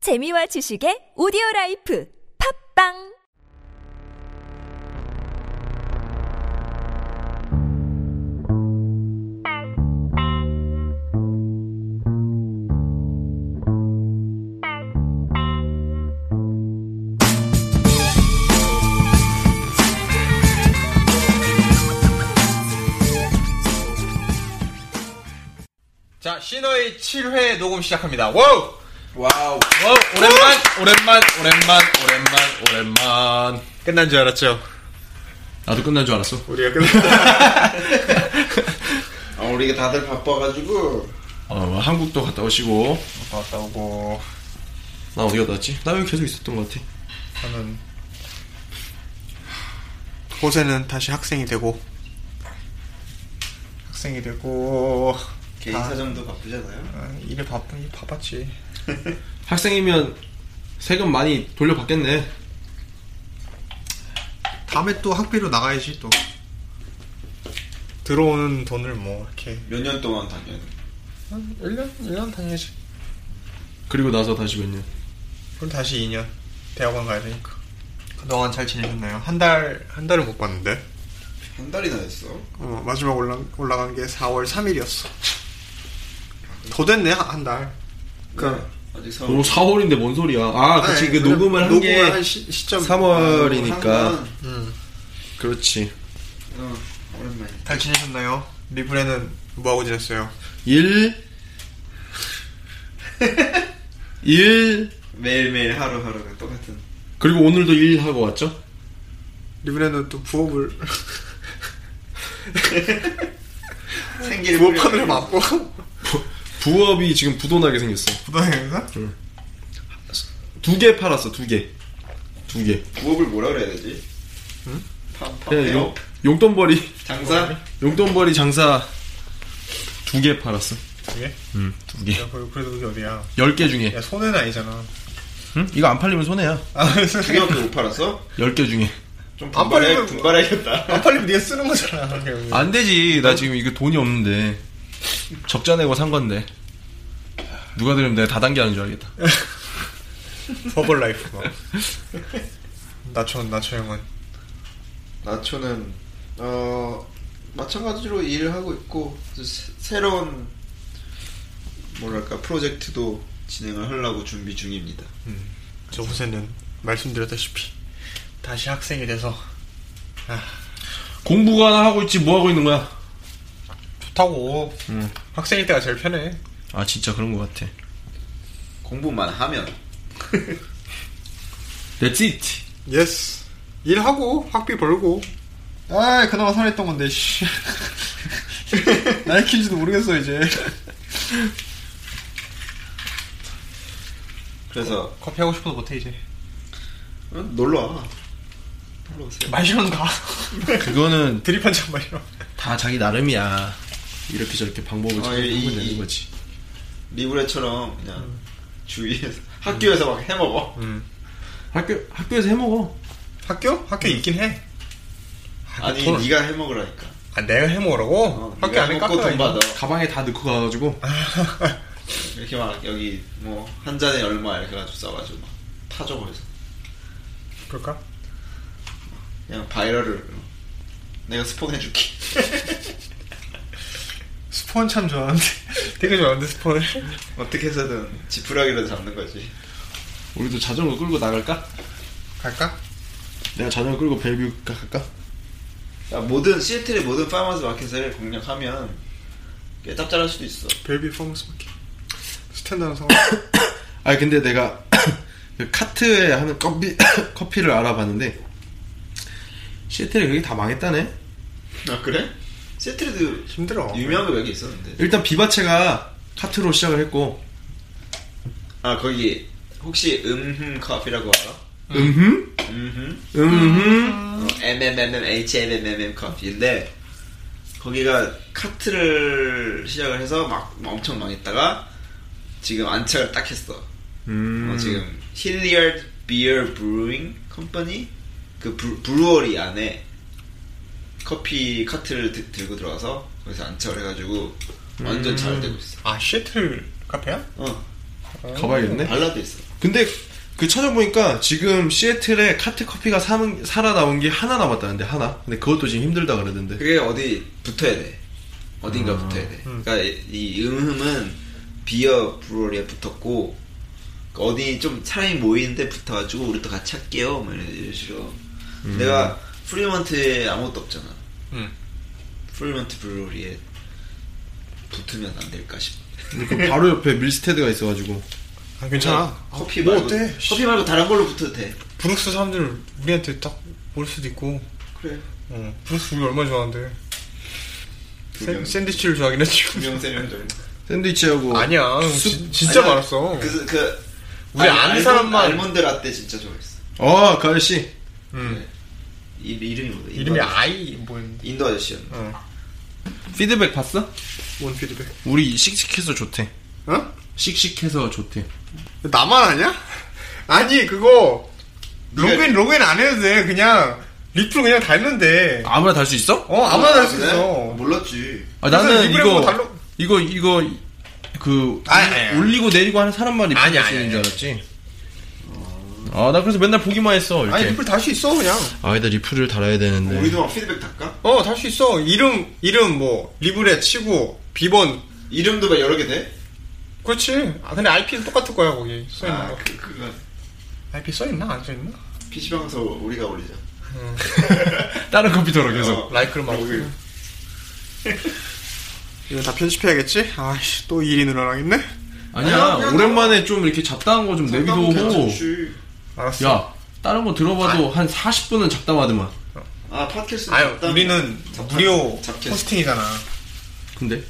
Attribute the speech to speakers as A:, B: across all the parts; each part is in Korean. A: 재미와 지식의 오디오 라이프 팝빵
B: 자, 신어의 7회 녹음 시작합니다. 와우!
C: 와우.
B: 와우! 오랜만, 오랜만, 오랜만, 오랜만, 오랜만.
C: 끝난 줄 알았죠?
B: 나도 끝난 줄 알았어.
C: 우리가 끝났다. 아, 우리가 다들 바빠가지고.
B: 어, 뭐 한국도 갔다 오시고.
C: 갔다 오고.
B: 나 어디 갔다 왔지? 나 여기 계속 있었던 것 같아.
C: 저는. 호세는 다시 학생이 되고. 학생이 되고.
D: 개인 사정도 바쁘잖아요.
C: 아, 일에 바쁘니 바빴지.
E: 학생이면 세금 많이 돌려받겠네.
C: 다음에 또 학비로 나가야지 또. 들어오는 돈을 뭐 이렇게
D: 몇 년 동안 다녀요.
C: 한 1년 1년 다녀야지.
E: 그리고 나서 다시 몇 년.
C: 그럼 다시 2년 대학원 가야 되니까. 그동안 잘 지내셨나요? 한 달, 한 달을 못 봤는데.
D: 한 달이나 했어.
C: 어, 마지막 올라, 올라간 게 4월 3일이었어. 더 됐네, 한, 한 달. 그러니까.
D: 네. 아직
E: 오, 4월인데 뭔 소리야. 아, 그치. 그
C: 그래,
E: 녹음을 한 게
C: 녹음을 한 시, 시점.
E: 3월이니까.
C: 음.
E: 그렇지.
D: 어, 오랜만이다.
C: 잘 지내셨나요? 리브레는 뭐하고 지냈어요?
E: 일. 일.
D: 매일매일 하루하루가 똑같은.
E: 그리고 오늘도 일하고 왔죠?
C: 리브레는 또 부업을,
D: 생기를
C: 부업판을 맞고.
E: 부업이 지금 부도나게 생겼어.
C: 부당해서?
E: 두 개 팔았어, 두 개. 두 개.
D: 부업을 뭐라 그래야 되지? 팜, 팜,
E: 아, 그냥 용,
D: 업
E: 용돈벌이,
D: 장사?
E: 네. 용돈벌이 장사 두 개 팔았어.
C: 그게?
E: 음, 두 개.
C: 야, 그래- 그래도 그게 어디야?
E: 열 개 중에.
C: 야, 손해는 아니잖아.
E: 응? 이거 안 팔리면 손해야.
C: 아,
D: 두개 밖에 못 팔았어?
E: 열 개 중에.
D: 좀
C: 안
D: 분발해,
C: 팔리면-
D: 분발해야겠다.
C: 안 팔리면 네가 쓰는 거잖아. 그냥.
E: 안 되지. 나 지금 이거 돈이 없는데. 적자 내고 산 건데. 누가 들으면 내가 다단계 하는 줄 알겠다.
C: 버블 라이프. 막. 나촌, 나초형은.
D: 나초는, 어, 마찬가지로 일하고 있고, 또 새- 새로운, 뭐랄까, 프로젝트도 진행을 하려고 준비 중입니다.
C: 저 후세는 말씀드렸다시피 다시 학생이 돼서 아,
E: 공부가 하나 하고 있지 뭐 하고 있는 거야?
C: 좋다고 학생일 때가 제일 편해
E: 아 진짜 그런 것 같아.
D: 공부만 하면.
E: That's it.
C: 예스 일하고 학비 벌고 아 그나마 살았던 건데 씨 나이키인지도 모르겠어 이제
D: 그래서,
C: 커피 하고 싶어도 못해 이제
D: 어? 놀러 와. 놀러 오세요.
C: 마시러 가
E: 그거는
C: 드립 한 잔 마시러
E: 다 자기 나름이야. 이렇게 저렇게 방법을
D: 아,
E: 찾고
D: 이- 이-
E: 있는 거지.
D: 리브레처럼 그냥 주위에서 학교에서 막 해먹어.
E: 학교 학교에서 해 먹어.
C: 학교? 학교 있긴 해
D: 아니
E: 돈-
D: 네가 해먹으라니까.
C: 아, 내가 해먹으라고?
D: 어,
C: 학교
D: 네가
C: 안에 아,
D: 해먹고
C: 카페가
D: 돈 받아.
C: 있
E: 가방에 다 넣고 가가지고
D: 이렇게 막 여기 뭐 한 잔에 얼마 이렇게 가지고 써가지고 막 타줘 버려서
C: 그럴까?
D: 그냥 바이럴을 어. 내가 스폰해줄게.
C: 스폰 참 좋아하는데 되게 좋아하는데 스폰을
D: 어떻게 해서든 지푸라기라도 잡는 거지.
E: 우리도 자전거 끌고 나갈까?
C: 갈까?
E: 내가 자전거 끌고 벨뷰 가- 갈까?
D: 야, 아, 모든 시애틀의 모든 파머스 마켓을 공략하면 꽤 짭짤할 수도 있어.
C: 벨비 포머스 마켓 스탠다는 상황
E: 아니 근데 내가 그 카트에 하는 커피 커피를 알아봤는데 시애틀에 그게 다 망했다네.
D: 아 그래? 시애틀에도
C: 힘들어
D: 유명한 거 몇 개 있었는데.
E: 일단 비바체가 카트로 시작을 했고
D: 아 거기 혹시 음흠 커피라고 알아?
E: 음흠
D: 음흠 어,
E: 음흠
D: MMMM, HMMM 커피인데 거기가 카트를 시작을 해서 막 엄청 망했다가 지금 안착을 딱 했어.
E: 음.
D: 어, 지금 힐리얼드 비어 브루잉 컴퍼니 그 브, 브루어리 안에 커피 카트를 드- 들고 들어와서 거기서 안착을 해가지고 완전 잘 되고 있어.
C: 아 시애틀 카페야?
D: 어,
E: 가봐야겠네.
D: 발라드 있어.
E: 근데 그 찾아보니까 지금 시애틀에 카트 커피가 사, 살아 나온 게 하나 남았다는데 하나. 근데 그것도 지금 힘들다 그러던데.
D: 그게 어디 붙어야 돼. 어딘가 붙어야 돼. 그러니까 이 음흠은 비어 브로리에 붙었고 그러니까 어디 좀 사람이 모이는데 붙어가지고 우리 또 같이 할게요. 뭐 이런 이런 식으로. 내가 프리먼트에 아무것도 없잖아.
B: 음.
D: 프리먼트 브로리에 붙으면 안 될까 싶어.
E: 근데 그 바로 옆에 밀스테드가 있어가지고.
C: 아, 괜찮아. 아,
D: 네. 커피
C: 뭐
D: 말고
C: 어때? 씨,
D: 커피 말고 다른 걸로 붙어도 돼.
C: 브룩스 사람들 우리한테 딱 올 수도 있고.
D: 그래.
C: 어, 브룩스 우리 얼마나 좋아하는데. 샌,
D: 명.
C: 샌드위치를 좋아하긴 해 지금.
D: 두명세명 정도.
E: 샌드위치하고.
C: 아니야. 지- 진짜
D: 아니야,
C: 많았어.
D: 그, 그
C: 우리 아는
D: 알몬-
C: 사람만-
D: 알몬드 라떼 진짜 좋아했어.
E: 어, 그 아저씨.
C: 음.
D: 이 이름이 뭐야?
C: 이름이 아이 뭐였는데.
D: 인도 아저씨였나?
C: 어.
E: 피드백 봤어?
C: 뭔 피드백?
E: 우리 씩씩해서 좋대.
C: 어?
E: 씩씩해서 좋대.
C: 나만 아냐? 아니 그거 로그인 로그인 안 해도 돼. 그냥 리플 그냥 달면
E: 아무나 달 수 있어?
C: 어 아무나 뭐 할 수
D: 그래?
C: 있어.
D: 몰랐지.
E: 아,
C: 그래서
E: 나는
C: 리그레
E: 이거
C: 보고 달로-
E: 이거 이거 그
C: 아니, 아니, 아니.
E: 올리고 내리고 하는 사람만 리플
C: 아니,
E: 할
C: 아니,
E: 수 있는 줄
C: 아니.
E: 알았지. 아 나 그래서 맨날 보기만 했어
C: 아니
E: 이렇게.
C: 리플 달 수 있어 그냥.
E: 아이나 리플을 달아야
C: 네.
E: 되는데.
D: 우리도 막 피드백 달까?
C: 어 달 수 있어. 이름 이름 뭐 리블에 치고 비번
D: 이름도 막 여러 개 돼?
C: 그렇지. 아 근데 IP는 똑같을 거야 거기 써 있는
D: 아,
C: 거.
D: 그, 그건.
C: IP 써 있나 안 써 있나?
D: PC방에서 우리가 올리자.
E: 다른 컴퓨터로 계속.
D: 어,
C: 라이크를 막.
D: 거기.
C: 이거 다 편집해야겠지? 아씨 또 일이 늘어나겠네.
E: 아니야
D: 아니야, 그냥
E: 오랜만에 좀 이렇게 잡다한 거 좀 내기도 하고.
D: 괜찮지.
C: 알았어.
E: 야 다른 거 들어봐도 한 40분은 잡담하더만.
D: 아, 팟캐스트.
C: 아유
D: 잡담.
C: 우리는
D: 잡담.
C: 무료
D: 잡캐스트.
C: 호스팅이잖아.
E: 근데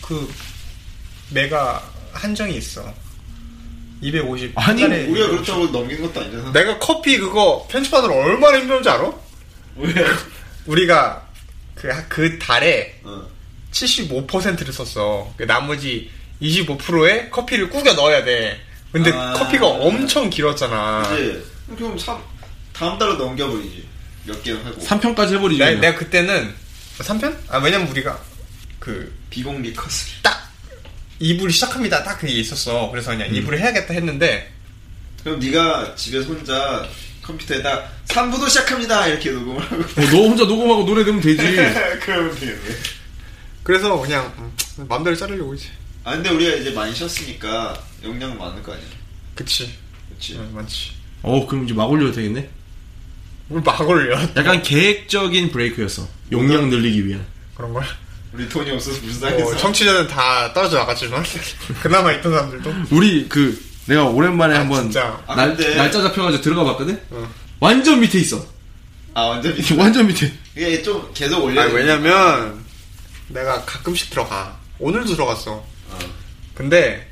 C: 그 메가 한정이 있어. 250.
E: 아니,
C: 한 달에
D: 우리가 그렇다고 넘긴 것도 아니잖아.
C: 내가 커피 그거 편집하느라 얼마나 힘들었는지 알아?
D: 왜?
C: 우리가 그, 그 달에
D: 어.
C: 75%를 썼어. 그 나머지 25%에 커피를 꾸겨 넣어야 돼. 근데
D: 아.
C: 커피가 엄청 길었잖아.
D: 이제, 그럼 삼, 다음 달로 넘겨버리지. 몇 개 하고.
E: 3편까지 해버리죠.
C: 내,
E: 그냥.
C: 내가 그때는 3편? 아 왜냐면 우리가 그
D: 비공개 컷을.
C: 딱 2부를 시작합니다. 딱 그게 있었어. 그래서 그냥 2부를 해야겠다 했는데
D: 그럼 네가 집에서 혼자 컴퓨터에다 3부도 시작합니다 이렇게 녹음을 하고
E: 어, 너 혼자 녹음하고 노래 넣으면 되지.
D: 그러면 되겠네
C: 그래서 그냥 음, 마음대로 자르려고 이제.
D: 아 근데 우리가 이제 많이 쉬었으니까 용량 많을 거 아니야
C: 그치.
D: 그치
C: 응, 예, 많지.
E: 어 그럼 이제 막 올려도 되겠네.
C: 우리 막 올려.
E: 약간 계획적인 브레이크였어. 용량 늘리기 위한.
C: 그런 걸.
D: 우리 돈이 없어서
C: 어,
D: 불쌍해서
C: 뭐 청취자는 다 떨어져 나갔지만 그나마 있던 사람들도
E: 우리 그 내가 오랜만에
C: 아,
E: 한번
C: 진짜.
D: 아,
E: 날,
D: 근데-
E: 날짜 잡혀가지고 들어가 봤거든.
C: 어.
E: 완전 밑에 있어.
D: 아 완전 미
E: 완전 밑에.
D: 이게 좀 계속 올려야
C: 아
D: 되니까.
C: 왜냐면 내가 가끔씩 들어가 오늘도 들어갔어
D: 어.
C: 근데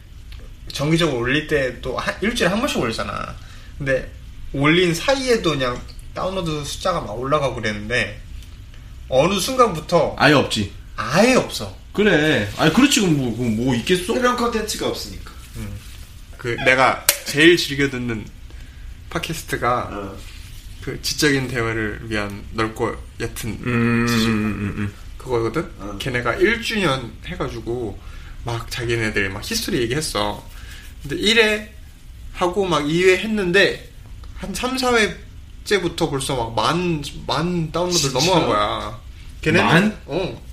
C: 정기적으로 올릴 때 또 일주일에 한 번씩 올리잖아 근데 올린 사이에도 그냥 다운로드 숫자가 막 올라가고 그랬는데 어느 순간부터
E: 아예 없지.
C: 아예 없어
E: 그래. 아니 그렇지 그럼 뭐, 그럼 뭐 있겠어?
C: 음.
D: 이런 컨텐츠가 없으니까
C: 그 내가 제일 즐겨 듣는 팟캐스트가
D: 어.
C: 그 지적인 대화를 위한 넓고 얕은
E: 음, 음, 음, 음.
C: 그거거든?
D: 어.
C: 걔네가 1주년 해가지고 막 자기네들 막 히스토리 얘기했어. 근데 1회 하고 막 2회 했는데 한 3, 4회째부터 벌써 막 만, 만 다운로드
D: 진짜?
C: 넘어간 거야. 걔네
E: 만?
C: 어.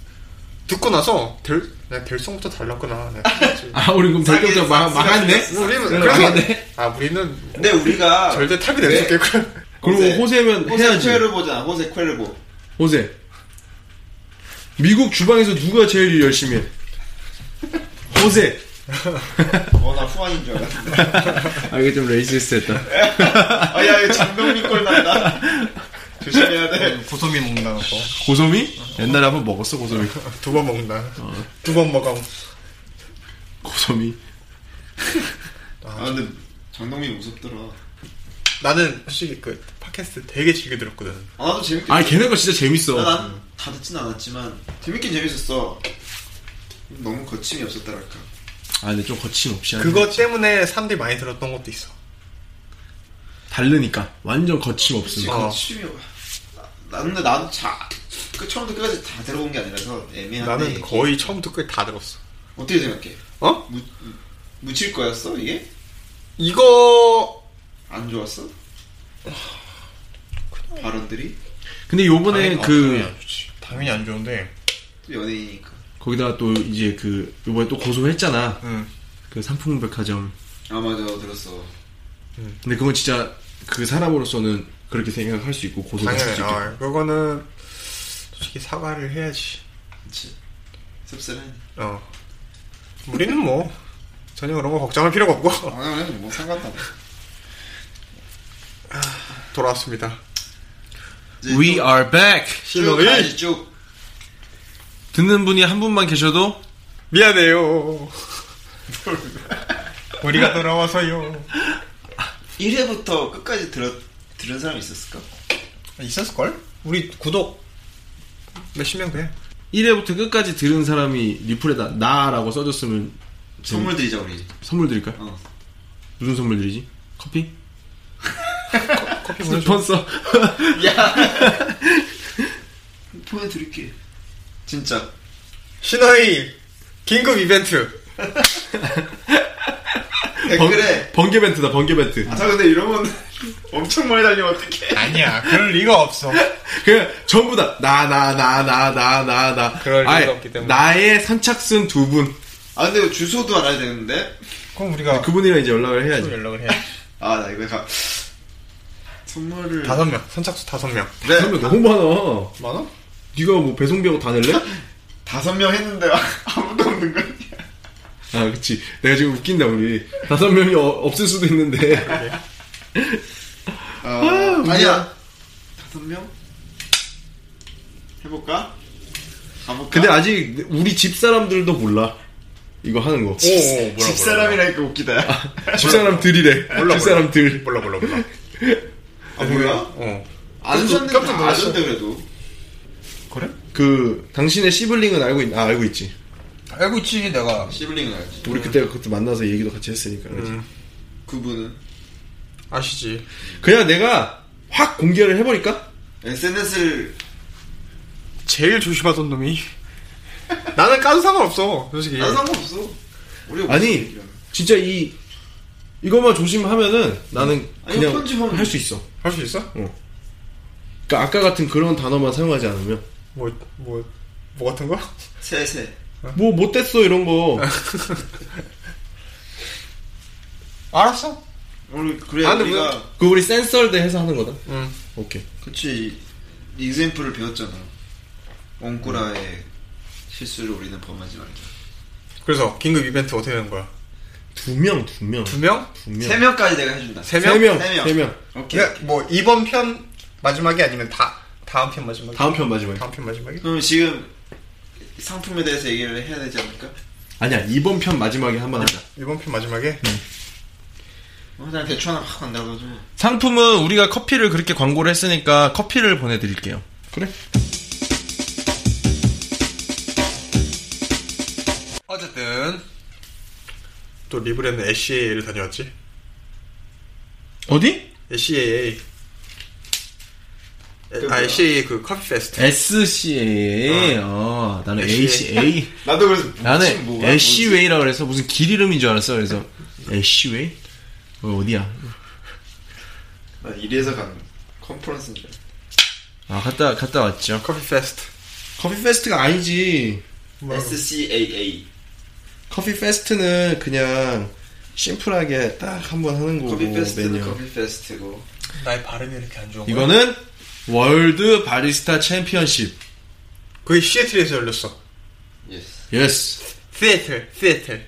C: 듣고 나서 될, 내가 될성부터 달랐구나. 내가 생각했지.
E: 아 우리 그럼
D: 싸게,
E: 대표적 막
D: 싸게
E: 막았네.
D: 싸게
C: 우리는,
E: 그래,
C: 그래서-
E: 맞네.
C: 아, 우리는
D: 근데 우리가 네.
C: 절대 탑이 될 수 있겠구나.
E: 그리고 호세면
D: 호세
E: 해야지.
D: 쿠에르보잖아 호세 쿠에르보
E: 호세. 미국 주방에서 누가 제일 열심히 해? 호세.
D: 어나 후안인 줄 알았는데
E: 아 이게 좀 레이시스트했다.
D: 아야 이거 장동민 꼴 난다 조심해야 돼
C: 고소미 음, 먹는다고.
E: 고소미? 옛날에 한번 먹었어 고소미.
C: 아, 두 번 먹는다. 두 번 먹어.
E: 고소미.
D: 아, 근데 장동민 무섭더라 아
C: 나는 솔직히 그 팟캐스트 되게 즐겨 들었거든.
D: 나도 재밌게 음.
E: 아 걔네가 진짜 재밌어.
D: 난다 듣진 않았지만 재밌긴 재밌었어. 너무 거침이 없었다랄까.
E: 아 근데 좀 거침없이 하는
C: 그것 때문에 사람들이 많이 들었던 것도 있어.
E: 다르니까 완전 거침없음.
D: 아.
C: 어.
D: 거침이 나- 나 근데 나도 자, 그 처음부터 끝까지 다 들어본 게 아니라서 애매한데.
C: 나는
D: 이게
C: 거의 처음부터 끝까지 다 네. 들었어.
D: 어떻게 생각해?
C: 어?
D: 무, 묻힐 거였어 이게?
C: 이거
D: 안 좋았어? 아, 발언들이
E: 근데 요번에
C: 당연히- 아,
E: 그
C: 당연히 안 좋지. 당연히 안 좋은데
D: 또 연예인이니까
E: 거기다가 또 이제 그 요번에 또 고소했잖아.
C: 응.
E: 그 삼풍백화점.
D: 아 맞아 들었어
E: 근데 그건 진짜 그 사람으로서는 그렇게 생각할 수 있고 고소할 수
C: 당연히
E: 있고.
C: 어, 그거는 솔직히 사과를 해야지
D: 그치 씁쓸하니
C: 어 우리는 뭐 전혀 그런 거 걱정할 필요가 없고
D: 아니 아니 뭐 상관없다
C: 돌아왔습니다
E: We are back.
C: 신호위.
D: 쭉
E: 듣는 분이 한 분만 계셔도
C: 미안해요 우리가 돌아와서요
D: 1회부터 끝까지 들었, 들은 사람이 있었을까?
C: 있었을걸? 우리 구독 몇십 명 돼?
E: 1회부터 끝까지 들은 사람이 리플에다 나라고 써줬으면 지금
D: 선물 드리자 우리
E: 선물 드릴까요?
D: 어.
E: 무슨 선물 드리지? 커피?
C: 커피 보내줘
E: 스폰서.
D: 보내드릴게 진짜
C: 신화의 긴급 이벤트
D: 댓글에
E: 번개 벤트다 번개 벤트.
D: 아 근데 이러면 엄청 많이 달리면 어떡해
C: 아니야 그럴 리가 없어
E: 그냥 전부 다 나 나 나 나 나 나 나나
C: 그럴 리가 없기 때문에.
E: 나의 선착순 두 분
D: 아 근데 이거 주소도 알아야 되는데
C: 그럼 우리가
E: 그분이랑 이제 연락을
C: 또
E: 해야지
C: 연락을 해
D: 아 나 이거 가 선물을
C: 다섯 명 선착수 다섯 명
D: 네.
E: 선물 너무 많아
C: 많아?
E: 네가 뭐 배송비하고 다 낼래?
D: 다섯 명 했는데 아무도 없는 거 아니야
E: 아 그치 내가 지금 웃긴다 우리 다섯 명이 어- 없을 수도 있는데
C: 네.
D: 아, 아니야 다섯 명 해볼까? 가볼까?
E: 근데 아직 우리 집 사람들도 몰라 이거 하는 거
C: 오, 오
D: 집사람이라니까 웃기다 야.
E: 집사람들이래
C: 몰라, 몰라.
E: 집사람들
C: 몰라 몰라 몰라
D: 아 뭐야?
C: 어
D: 안
C: 깜짝-
D: 샀는데
C: 깜짝
D: 안
C: 놀랐어.
D: 샀는데 그래도
C: 그래?
E: 그 당신의 시블링은 알고 있, 아 알고 있지
C: 알고 있지 내가
D: 시블링은 알지
E: 우리 그때 그때 만나서 얘기도 같이 했으니까 그렇지.
D: 그분은
C: 아시지
E: 그냥 내가 확 공개를 해버릴까?
D: SNS를
C: 제일 조심하던 놈이 나는 까도 상관없어 솔직히
D: 난 상관없어 우리
E: 아니 진짜 이 이것만 조심하면은 나는
D: 아니,
E: 그냥
D: 편집하면
E: 할 수 있어.
C: 할 수 있어?
E: 그러니까 아까 같은 그런 단어만 사용하지 않으면
C: 뭐 뭐 뭐 같은 거?
D: 세세
E: 뭐 못됐어 이런 거
C: 알았어
D: 우리 그래
C: 아, 근데
D: 우리가
E: 그 우리 센서대 해서 하는 거다.
C: 응
E: 오케이.
D: 그치 이 이그샘플을 배웠잖아 옹꾸라의 실수를 우리는 범하지 말자
C: 그래서 긴급 이벤트 어떻게 되는 거야?
E: 두 명, 두 명,
C: 두 명?
E: 두 명,
D: 세 명까지 내가 해준다
C: 세
E: 세 명,
D: 세 명.
E: 세 명.
D: 오케이,
C: 그냥
D: 오케이.
C: 뭐 이번 편 마지막이 아니면 다 다음 편 마지막이
E: 다음 편 마지막에.
C: 다음 편 마지막이?
D: 그럼 지금 상품에 대해서 얘기를 해야 되지 않을까?
E: 아니야 이번 편 마지막에 한 번 하자.
C: 이번 편 마지막에
D: 어, 그냥 대충 하나 확 만들어가지고
E: 상품은 우리가 커피를 그렇게 광고를 했으니까 커피를 보내드릴게요. 그래?
C: 어쨌든 또 리브레는 SCAA를 다녀왔지
E: 어디?
C: SCAA 에,
D: 뭐야?
C: 아 SCAA 그 커피 페스트
E: SCA. 어, 나는
C: SCA.
E: HA.
D: 나도 그래서 뭐지,
E: 나는
D: 뭐가, 뭐지?
E: 애쉬웨이라 그래서 무슨 길 이름인 줄 알았어. 그래서 애쉬웨이? 어, 어디야?
D: 나 이래서 간 컨퍼런스인 줄 알았어.
E: 아 갔다 갔다 왔죠.
C: 커피 페스트
E: 커피 페스트가 아니지.
D: SCAA
E: 커피 페스트는 그냥 심플하게 딱 한 번 하는 거고
D: 커피 페스트는
E: 메뉴.
D: 커피 페스트고
C: 나의 발음이 이렇게 안 좋은 거야?
E: 이거는 월드 바리스타 챔피언십.
C: 그게 시애틀에서 열렸어
D: 예스
E: 예스.
C: 시애틀 시애틀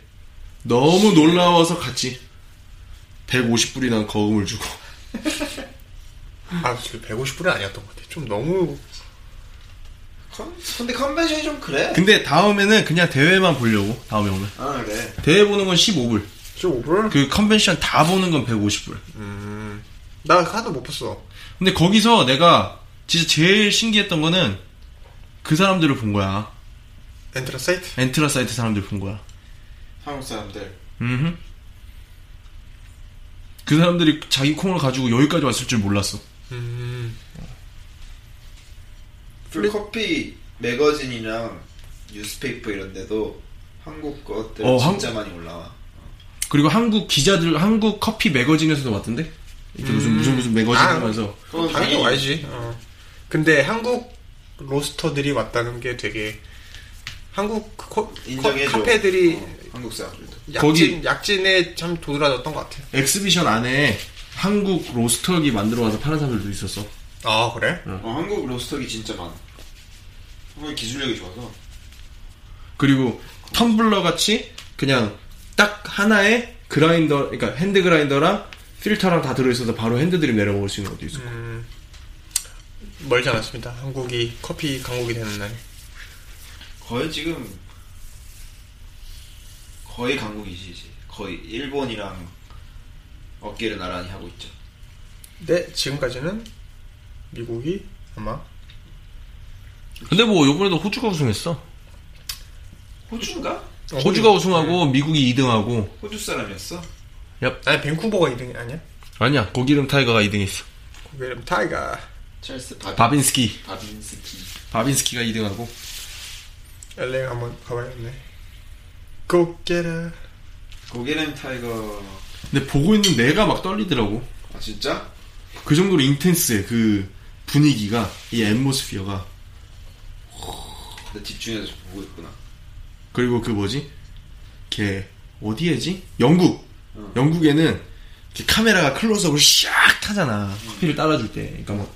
E: 너무 놀라워서 갔지. 150불이나 거금을 주고.
C: 아, 150불은 아니었던 것 같아. 좀 너무
D: 컨, 근데 컨벤션이 좀 그래
E: 근데 다음에는 그냥 대회만 보려고. 다음에 오면.
D: 아 그래
E: 대회 보는 건 15불.
C: 15불?
E: 그 컨벤션 다 보는 건 150불.
C: 나 하도 못 봤어.
E: 근데 거기서 내가 진짜 제일 신기했던 거는 그 사람들을 본 거야.
C: 엔트라 사이트?
E: 엔트라 사이트 사람들 본 거야.
D: 한국 사람들
E: 음흠. 그 사람들이 자기 콩을 가지고 여기까지 왔을 줄 몰랐어.
C: 음,
D: 풀 커피 매거진이랑 뉴스페이퍼 이런 데도 한국 것들
E: 어,
D: 진짜 많이 올라와.
E: 그리고 한국 기자들 한국 커피 매거진에서도 왔던데 이렇게 무슨 무슨 무슨 매거진
C: 아.
E: 하면서
D: 그건
C: 당연히
D: 당연히. 음.
C: 와야지. 어. 근데 한국 로스터들이 왔다는 게 되게 한국 그 코,
D: 인정해줘.
C: 코- 카페들이
D: 어, 한국 사람들도.
C: 약진
E: 거기-
C: 약진에 참 도드라졌던 것 같아요.
E: 엑스비션 안에 한국 로스터기 만들어 와서 파는 사람들도 있었어.
C: 아 그래?
D: 어, 한국 로스터기 진짜 많아. 한국 기술력이 좋아서.
E: 그리고 텀블러 같이 그냥 딱 하나에 그라인더, 그러니까 핸드 그라인더랑 필터랑 다 들어있어서 바로 핸드드립 내려 먹을 수 있는 것도 있어. 고
C: 음. 멀지 않았습니다. 한국이 커피 강국이 되는 날.
D: 거의 지금 거의 강국이지 이제. 거의 일본이랑 어깨를 나란히 하고 있죠.
C: 네 지금까지는 미국이 아마
E: 근데 뭐 요번에도 호주가 우승했어.
D: 호주인가?
C: 어,
E: 호주가 네. 우승하고 미국이 2등하고.
D: 호주 사람이었어?
C: 아니 밴쿠버가 1등이 아니야?
E: 아니야, 고기름 타이거가 2등했어.
C: 거기 이름 타이가
D: 찰스 바,
E: 바빈스키.
D: 바빈스키.
E: 바빈스키가 2등하고.
C: LA 한번 가봐야겠네. 고깨라.
D: 고게렘 타이거.
E: 근데 보고 있는 내가 막 떨리더라고.
D: 아 진짜?
E: 그 정도로 인텐스해, 그 분위기가, 이 앰모스피어가.
D: 나 집중해서 보고 있구나.
E: 그리고 그 뭐지? 걔 어디에지? 영국. 영국에는 이렇게 카메라가 클로즈업을 샥 하잖아. 커피를 따라줄 때. 그러니까 막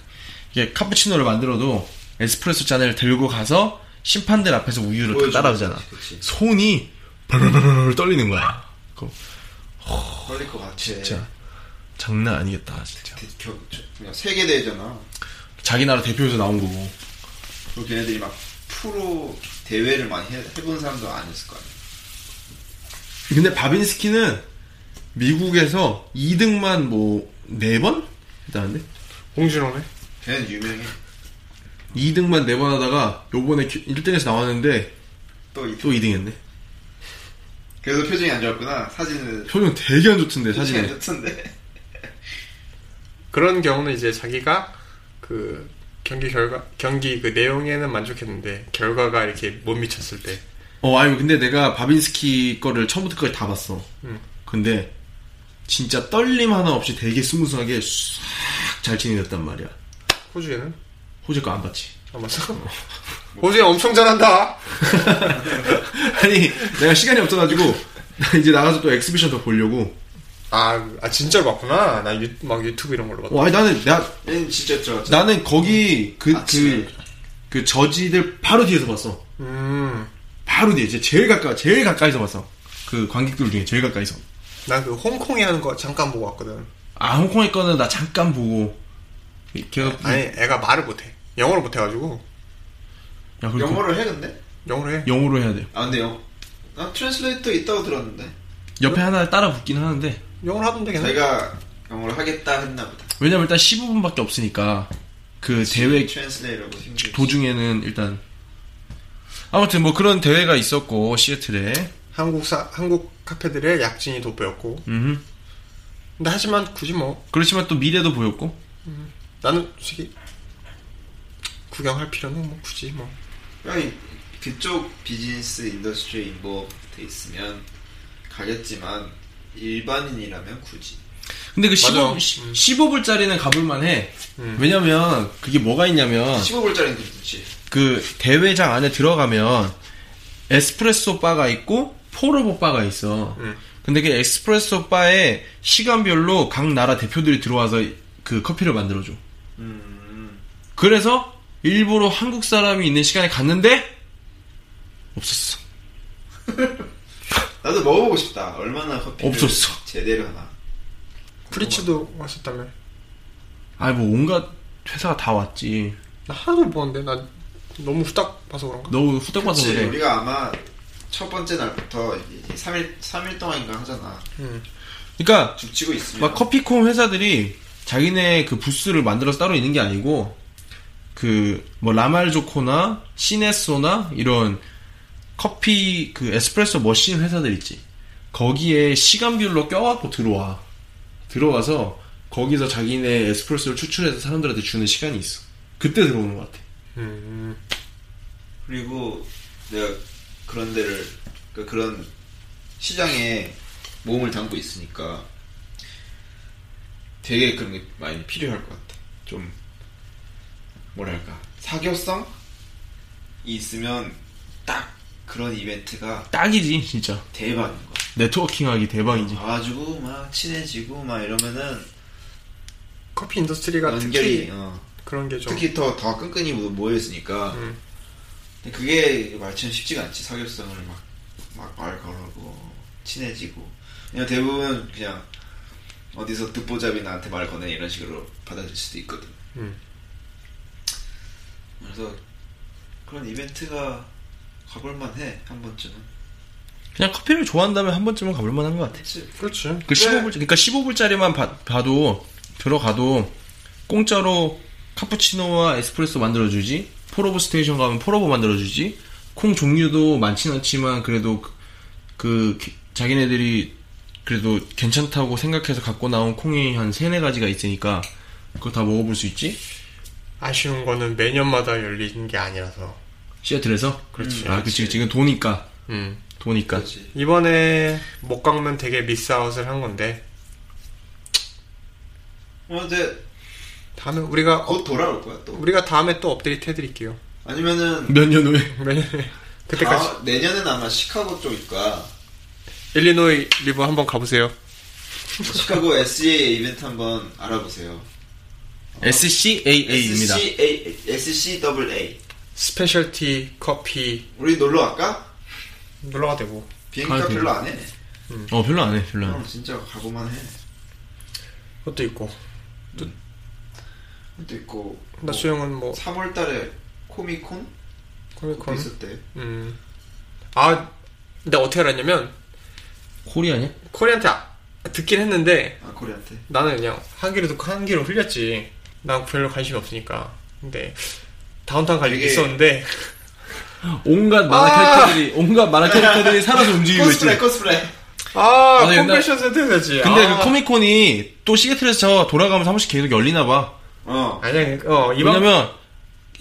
E: 이게 카푸치노를 만들어도 에스프레소 잔을 들고 가서 심판들 앞에서 우유를 다
D: 보여주는
E: 따라오잖아.
D: 거지, 그치.
E: 손이 벌벌벌 떨리는 거야. 그거
D: 걸릴 것 같아.
E: 진짜 장난 아니겠다 진짜.
D: 대- 겨- 저- 그냥 세계 대회잖아.
E: 자기 나라 대표에서 나온 거고.
D: 그 걔네들이 막 프로 대회를 많이 해, 해본 사람도 아니었을 거 아니야.
E: 근데 바빈스키는 미국에서 2등만 뭐 4번 했다는데?
C: 홍준호네.
D: 걔는 유명해.
E: 2등만 4번 하다가 요번에 1등에서 나왔는데
D: 또 이-
E: 또 2등 했네.
D: 그래서 표정이 안 좋았구나. 사진은
E: 표정 되게 안 좋던데
D: 표정이 안
E: 사진에.
D: 좋던데.
C: 그런 경우는 이제 자기가 그 경기 결과 경기 그 내용에는 만족했는데 결과가 이렇게 못 미쳤을 때
E: 어 아니 근데 내가 바빈스키 거를 처음부터까지 다 봤어.
C: 음.
E: 근데 진짜 떨림 하나 없이 되게 스무스하게 싹 잘 진행됐단 말이야.
C: 호주에는
E: 호주 거 안 봤지.
C: 아마 호주에 엄청 잘한다.
E: 아니 내가 시간이 없어가지고 나 이제 나가서 또 엑스비션 더 보려고.
C: 아, 아 진짜로 봤구나. 나 유, 막 유튜브 이런 걸로 봤다.
E: 어 아니 나는 나
D: 얘는 진짜 들어갔잖아.
E: 나는 거기 그
D: 아침에.
E: 그 그 저지들 바로 뒤에서 봤어.
C: 음,
E: 바로 뒤에 제- 제일 가까 제일 가까이서 봤어. 그 관객들 중에 제일 가까이서.
C: 난 그 홍콩에 하는 거 잠깐 보고 왔거든.
E: 아 홍콩의 거는 나 잠깐 보고 걔가
C: 네. 아니, 애가 말을 못해. 영어를 못해가지고
E: 야, 그리고
D: 영어를 해 근데?
C: 영어로 해.
E: 영어로 해야 돼.
D: 아 근데 영. 나 트랜슬레이터 있다고 들었는데.
E: 옆에 하나 따라 붙기는 하는데
C: 영어로 하면 되겠네.
D: 자기가 영어를 하겠다 했나 보다.
E: 왜냐면 일단 15분밖에 없으니까 그 대회
D: 트랜슬레이라고 힘들지.
E: 도중에는 일단 아무튼 뭐 그런 대회가 있었고 시애틀에
C: 한국사 한국 카페들의 약진이 돋보였고.
E: 음.
C: 근데 하지만 굳이 뭐
E: 그렇지만 또 미래도 보였고
C: 나는 솔직히 구경할 필요는 뭐 굳이 뭐.
D: 아니 그쪽 비즈니스 인더스트리에 인보돼 있으면 가겠지만 일반인이라면 굳이
E: 근데 그 15,
C: 맞아. 음.
E: 15불짜리는 가볼만 해 왜냐면 그게 뭐가 있냐면
D: 15불짜리는 그렇지
E: 그 대회장 안에 들어가면 에스프레소 바가 있고 포르보 바가 있어.
C: 음.
E: 근데 그 에스프레소 바에 시간별로 각 나라 대표들이 들어와서 그 커피를 만들어줘.
D: 음.
E: 그래서 일부러 한국 사람이 있는 시간에 갔는데 없었어.
D: 나도 먹어보고 싶다 얼마나 커피를
E: 없었어.
D: 제대로 하나
C: 프리츠도 왔었다며.
E: 아니 뭐 온갖 회사가 다 왔지.
C: 나 하나도 못 봤는데 나 너무 후딱 봐서 그런가?
E: 너 후딱 봐서
D: 그치,
E: 그래.
D: 우리가 아마 첫 번째 날부터 3일, 3일 동안인가 하잖아
C: 응.
E: 그러니까
D: 죽치고 있으면
E: 막 커피콤 회사들이 자기네 그 부스를 만들어서 따로 있는 게 아니고 그 뭐 라말조코나 시네소나 이런 커피 그 에스프레소 머신 회사들 있지 거기에 시간별로 껴갖고 들어와 들어와서 거기서 자기네 에스프레소를 추출해서 사람들한테 주는 시간이 있어 그때 들어오는 것 같아
C: 음.
D: 그리고 내가 그런 데를 그런 그러니까 시장에 몸을 담고 있으니까 되게 그런 게 많이 필요할 것 같아. 좀 뭐랄까 사교성이 있으면 딱 그런 이벤트가
E: 딱이지 진짜
D: 대박인 거야.
E: 네트워킹하기 대박이지
D: 와가지고 막 친해지고 막 이러면은
C: 커피 인더스트리가
D: 연결이
C: 그러니까 특히
D: 어.
C: 그런 게 좀
D: 특히 더 더 끈끈이 모- 모여 있으니까
C: 음.
D: 근데 그게 말처럼 쉽지가 않지 사교성을 막막말 걸고 친해지고 그냥 대부분 그냥 어디서 듣보잡이 나한테 말 거네 이런 식으로 받아들일 수도 있거든.
C: 음.
D: 그래서 그런 이벤트가 가볼만 해 한 번쯤은.
E: 그냥 커피를 좋아한다면 한 번쯤은 가볼 만한 것 같아
D: 그치?
C: 그렇지
E: 그 15불 그러니까 15불짜리만 봐도 들어가도 공짜로 카푸치노와 에스프레소 만들어주지 포로보 스테이션 가면 포로보 만들어주지 콩 종류도 많진 않지만 그래도 그, 그 기- 자기네들이 그래도 괜찮다고 생각해서 갖고 나온 콩이 한 세네 가지가 있으니까 그거 다 먹어볼 수 있지
C: 아쉬운 거는 매년마다 열리는 게 아니라서
E: 시애틀에서
C: 그렇지.
E: 아 그치 그치 이건 도니까
C: 음.
E: 도니까
D: 그렇지.
C: 이번에 못 가면 되게 미스아웃을 한 건데
D: 어, 이제
C: 다음에 우리가 어-
D: 곧 돌아올 거야 또.
C: 우리가 다음에 또 업데이트 해드릴게요
D: 아니면은
E: 몇 년 후에
C: 매년에 그때까지
D: 다- 내년에는 아마 시카고 쪽일까.
C: 일리노이 리버 한번 가보세요
D: 시카고 SCA 이벤트 한번 알아보세요.
E: SCAA입니다
D: SCA, SCAA.
C: 스페셜티 커피
D: 우리 놀러 갈까?
C: 놀러가 되고
D: 비행기가
E: 가야 돼.
D: 별로 안 해.
E: 어 별로 안해 별로 안해
D: 그럼 진짜 가고만 해.
C: 그것도 있고
D: 또 있고.
C: 나 수영은 뭐
D: 3월달에 코미콘
C: 코미콘
D: 있었대.
C: 음. 아 근데 어떻게 알았냐면
E: 코리아냐?
C: 코리한테 아- 듣긴 했는데
D: 아 코리한테.
C: 나는 그냥 한 귀로 듣고 한 귀로 흘렸지. 난 별로 관심이 없으니까. 근데 다운타운 갈 일이
D: 되게-
C: 있었는데
E: 온갖 만화
C: 아!
E: 캐릭터들이 온갖 만화 캐릭터들이 살아서 움직이고 있지.
D: 코스프레 코스프레.
C: 아
E: 나도 옛날-
C: 컨벤션 센터였지.
E: 근데
C: 아.
E: 그 코미콘이 또 시애틀에서 저 돌아가면서 한 번씩 계속 열리나 봐.
D: 어.
C: 아니야 그- 어 이번
E: 왜냐면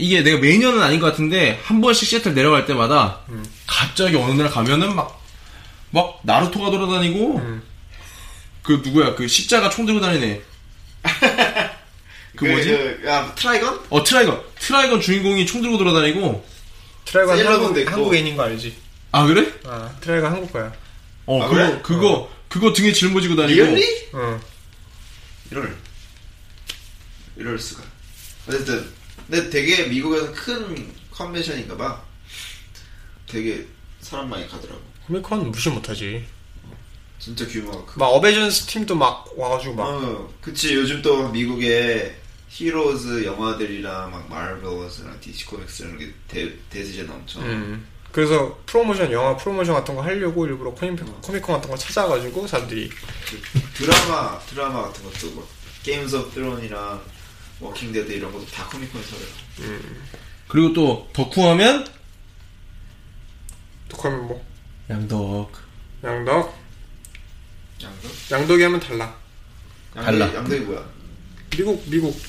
E: 이게 내가 매년은 아닌 것 같은데 한 번씩 시애틀 내려갈 때마다
D: 음.
E: 갑자기 어느 날 가면은 막 막 나루토가 돌아다니고
D: 음.
E: 그 누구야 그 십자가 총 들고 다니네. 그 뭐지?
D: 그, 야 트라이건?
E: 어 트라이건 트라이건 주인공이 총 들고 돌아다니고
C: 트라이가
D: 세일러문도
C: 한국,
D: 있고.
C: 한국인인 거 알지?
E: 아 그래?
C: 아 트라이가 한국 거야.
E: 어
D: 아,
E: 그거
D: 그래?
E: 그거 그거 등에 짊어지고 다니고
D: 리얼리?
C: 어.
D: 이럴. 이럴 수가. 어쨌든 근데 되게 미국에서 큰 컨벤션인가 봐. 되게 사람 많이 가더라고.
C: 코미콘 무시 못하지.
D: 진짜 규모가 크고.
C: 막 어베전스 팀도 막 와가지고 막
D: 어, 그치 요즘 또 미국에 히로즈 영화들이랑 막 마블스랑 DC 코믹스 이런 게 대, 대세잖아 엄청
C: 음. 그래서 프로모션 영화 프로모션 같은 거 하려고 일부러 코미, 코미콘 같은 거 찾아가지고 사람들이
D: 그 드라마 드라마 같은 것도 막 게임즈 오브 드론이랑 워킹데드 이런 것도 다 코믹콘에서 해요
E: 그리고 또 덕후하면
C: 독하면뭐
E: 양덕
C: 양덕
D: 양덕?
C: 양덕이 하면 달라.
D: 양덕이-
E: 달라.
D: 양덕이 뭐야?
C: 미국 미국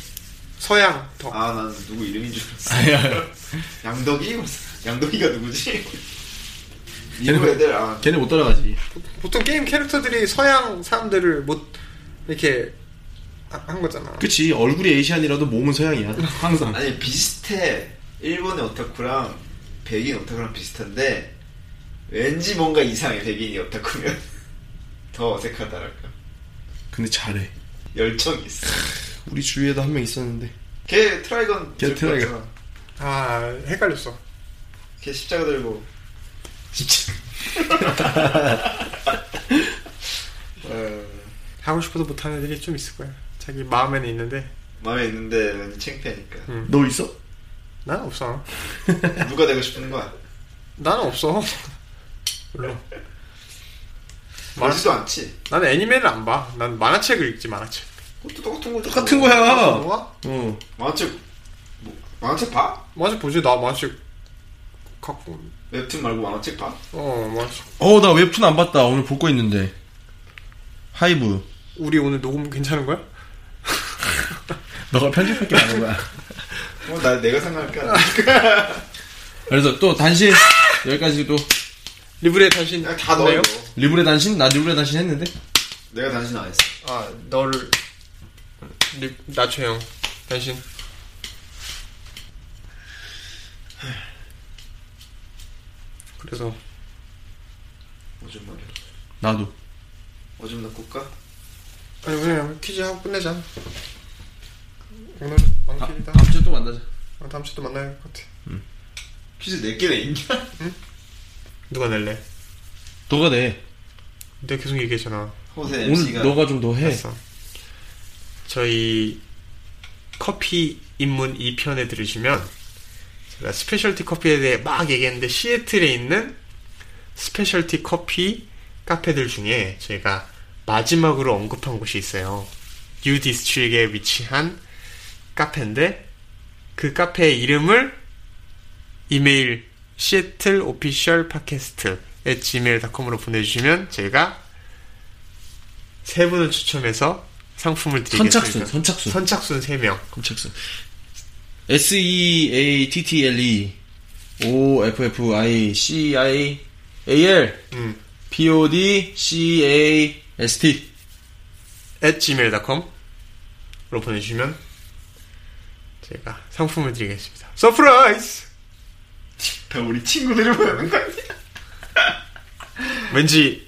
C: 서양 덕
D: 아 난 누구 이름인 줄 알았어
E: 아야
D: 양덕이? 양덕이가 누구지? 미국 애들 아
E: 걔네 못 따라가지.
C: 보통 게임 캐릭터들이 서양 사람들을 못 이렇게 하- 한 거잖아.
E: 그치 얼굴이 에이시안이라도 몸은 서양이야 항상.
D: 아니 비슷해 일본의 오타쿠랑 백인 오타쿠랑 비슷한데 왠지 뭔가 이상해 백인이 오타쿠면 더 어색하다랄까
E: 근데 잘해.
D: 열정이 있어
E: 우리 주위에도 한 명 있었는데.
D: 걔 트라이건
E: 걔
D: 들고
E: 트라이건.
D: 왔잖아.
C: 아 헷갈렸어.
D: 걔 십자가 들고 십자가 어,
C: 하고 싶어도 못하는 애들이 좀 있을 거야. 자기 마음에는 있는데
D: 마음에 있는데 왠지 창피하니까
E: 너 있어?
C: 난 없어.
E: 네.
D: 누가 되고 싶은 거야
C: 난 없어. 별로.
D: 말지도 않지
C: 난 애니메를 안 봐. 난 만화책을 읽지 만화책.
D: 그것도 똑같은 거죠
E: 똑같은 거야.
C: 뭐가?
E: 어.
D: 만화책 뭐, 만화책 봐?
C: 만화책 보지 나 만화책 갖고
D: 웹툰 말고 만화책 봐?
C: 어 만화책.
E: 어, 나 웹툰 안 봤다. 오늘 볼 거 있는데. 하이브.
C: 우리 오늘 녹음 괜찮은 거야?
E: 너가 편집할 게 많은 거야.
D: 어, 나 내가 생각할까
E: 그래서 또 단신 여기까지도
C: 리브레 단신
D: 그냥 아, 다 넣어요.
E: 리브레 단신? 나 리브레 단신 했는데?
D: 내가 단신 안 했어.
C: 아 너를 리... 나최영 단신 그래서
D: 오줌 마려.
E: 나도.
D: 오줌 넣고 올까?
C: 아니 그냥 퀴즈 하고 끝내자 오늘
E: 아,
C: 망필이다
E: 다음 주에 또 만나자.
C: 아, 다음 주에 또 만나야 할 것 같아
D: 퀴즈 4개나 있냐?
C: 누가 낼래?
E: 너가 내.
C: 내가 계속 얘기했잖아
D: 호세
E: 오늘
D: MC가
E: 너가 좀 더 해.
C: 됐어 저희 커피 입문 2편에 들으시면 제가 스페셜티 커피에 대해 막 얘기했는데 시애틀에 있는 스페셜티 커피 카페들 중에 제가 마지막으로 언급한 곳이 있어요. 뉴 디스트릭에 위치한 카페인데 그 카페의 이름을 이메일 시애틀 오피셜 팟캐스트 at gmail.com으로 보내주시면 제가 세 분을 추첨해서 상품을 드리겠습니다.
E: 선착순, 선착순.
C: 선착순 3명.
E: 검색수. S E A T T L E O F F I C I A L
C: 음.
E: P O D C A S T
C: at gmail.com으로 보내주시면 제가 상품을 드리겠습니다. 서프라이즈!
D: 다 우리 친구들이 보는 거야.
C: 왠지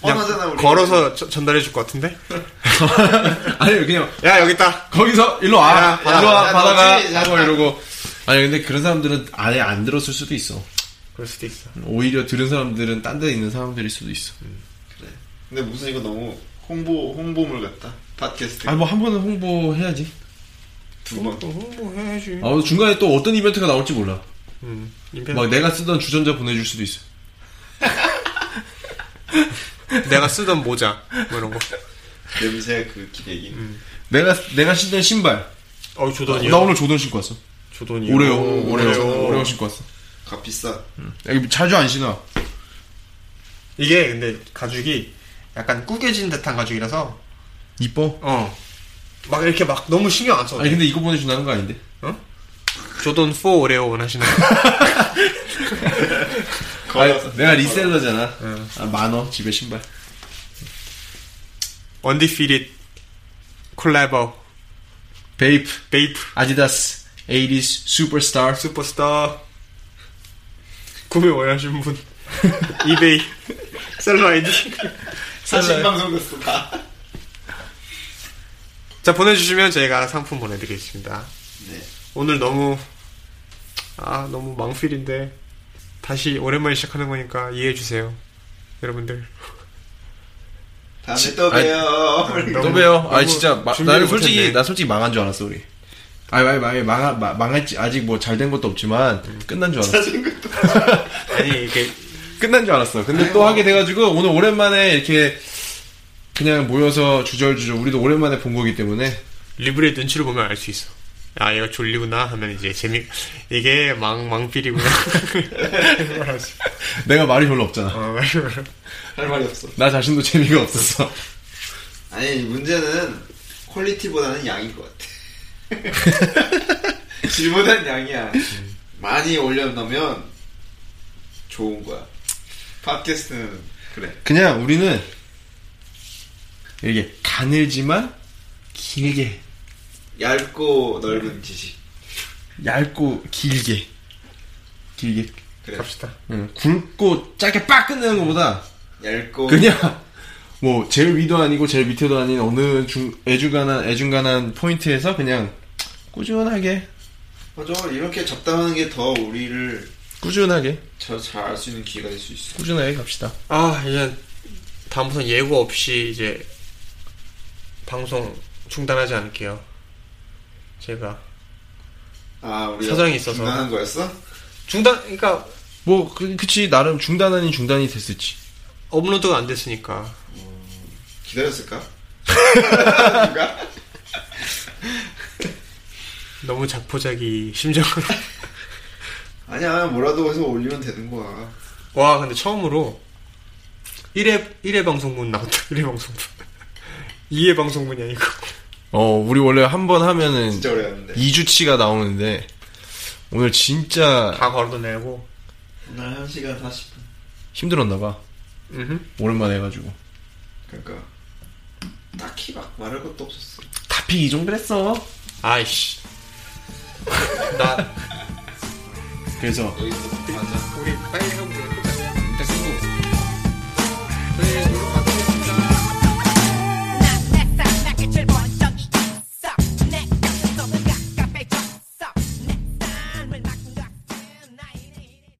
C: 그냥
D: 뻔하잖아, 우리.
C: 걸어서 저- 전달해줄 것 같은데?
E: 아니 그냥
C: 야 여기 있다.
E: 거기서 일로 와
C: 야, 받아,
E: 일로 와
D: 받아,
E: 바다가
D: 넣지,
E: 하고 이러고 아니 근데 그런 사람들은 아예 안 들었을 수도 있어
C: 그럴 수도 있어.
E: 오히려 들은 사람들은 딴 데 있는 사람들일 수도 있어
C: 음.
D: 그래. 근데 무슨 이거 너무 홍보 홍보물 같다. 팟캐스트.
E: 아 뭐 한 번은 홍보해야지
D: 두 번.
C: 뭐, 홍보해야지.
E: 아 중간에 또 어떤 뭐, 이벤트가 나올지 몰라
C: 음,
E: 막
C: 인벤...
E: 내가 쓰던 주전자 보내줄 수도 있어
C: 내가 쓰던 모자 뭐 이런 거.
D: 냄새 그 기대기.
E: 음. 내가 내가 신던 신발
C: 어우 조던이요.
E: 나 오늘 조던 신고 왔어
C: 조던이요.
E: 오레오
C: 오,
E: 오레오 오레오 신고 왔어
D: 값 비싸.
E: 여기 자주 안 신어.
C: 이게 근데 가죽이 약간 구겨진 듯한 가죽이라서
E: 이뻐?
C: 어. 막 이렇게 막 너무 신경 안 써.
E: 아니 근데 이거 보내준다는 거 아닌데?
C: 조던 4 오레오 원하시나요?
D: 걸어서.
E: 아, 내가 리셀러잖아.
C: 어.
E: 아, 만원 집에 신발.
C: 언디피릿 콜라보
E: 베이프,
C: 베이프
E: 아디다스, 80s 슈퍼스타.
C: 슈퍼스타 구매 원하시는 분 이베이 셀러 아이디
D: 사진 방송 됐어 다.
C: 자 보내주시면 저희가 상품 보내드리겠습니다
D: 네.
C: 오늘 너무 아 너무 망필인데 다시 오랜만에 시작하는 거니까 이해해주세요 여러분들
D: 다음에 또 봬요.
E: 또 봬요. 아
C: 너무
E: 진짜 마,
C: 준비를
E: 나는 솔직히
C: 못했네.
E: 나 솔직히 망한 줄 알았어 우리. 아니 아니 아니 망 망했지 아직 뭐 잘 된 것도 없지만 끝난 줄 알았어.
D: 사진 것도.
C: 아니 이게
E: 끝난 줄 알았어. 근데 또 하게 돼가지고 오늘 오랜만에 이렇게 그냥 모여서 주절주절 우리도 오랜만에 본 거기 때문에
C: 리브의 눈치를 보면 알 수 있어 아 얘가 졸리구나 하면 이제 재미 이게 망 망필이구나
E: 내가 말이 별로 없잖아.
C: 어,
D: 할 말이 없어.
E: 나 자신도 재미가 없었어.
D: 아니 문제는 퀄리티보다는 양인 것 같아. 질보단 양이야.
C: 음.
D: 많이 올려놓으면 좋은 거야. 팟캐스트는 그래.
E: 그냥 우리는 이게 가늘지만 길게
D: 얇고 넓은 지식.
E: 얇고 길게 길게
D: 그래.
C: 갑시다
E: 응, 굵고 짧게 빡 끝내는 것보다
D: 얇고
E: 그냥 뭐 제일 위도 아니고 제일 밑에도 아닌 어느 중 애중간한 애중간한 포인트에서 그냥 꾸준하게
D: 맞아 이렇게 잡담하는 게 더 우리를
E: 꾸준하게
D: 더 잘 알 수 있는 기회가 될 수 있어.
E: 꾸준하게 갑시다.
C: 아 이제 다음부터는 예고 없이 이제 방송 중단하지 않을게요. 제가
D: 아 우리
C: 사정이 있어서.
D: 중간한 거였어?
C: 중단 그러니까
E: 뭐 그, 그치 나름 중단 아닌 중단이 됐을지
C: 업로드가 안 됐으니까
D: 기다렸을까?
C: 너무 작포자기 심정으로
D: 아니야 뭐라도 해서 올리면 되는 거야.
C: 와 근데 처음으로 1회 1회 방송문 나왔다. 1회 방송문. 2회 방송문이 아니고
E: 어 우리 원래 한 번 하면은
D: 진짜
C: 음.
D: 오래 했는데.
E: 2주치가 나오는데 오늘 진짜
C: 다 걸어내고
D: 오늘 1시간 40분.
E: 힘들었나 봐.
C: 음.
E: 오랜만에 해가지고.
D: 그러니까 딱히 막 말할 것도 없었어.
E: 다픽 이 정도 했어.
C: 아이씨. 나
E: 그래서
D: 여기서 맞아.
C: 우리 빨리 하고.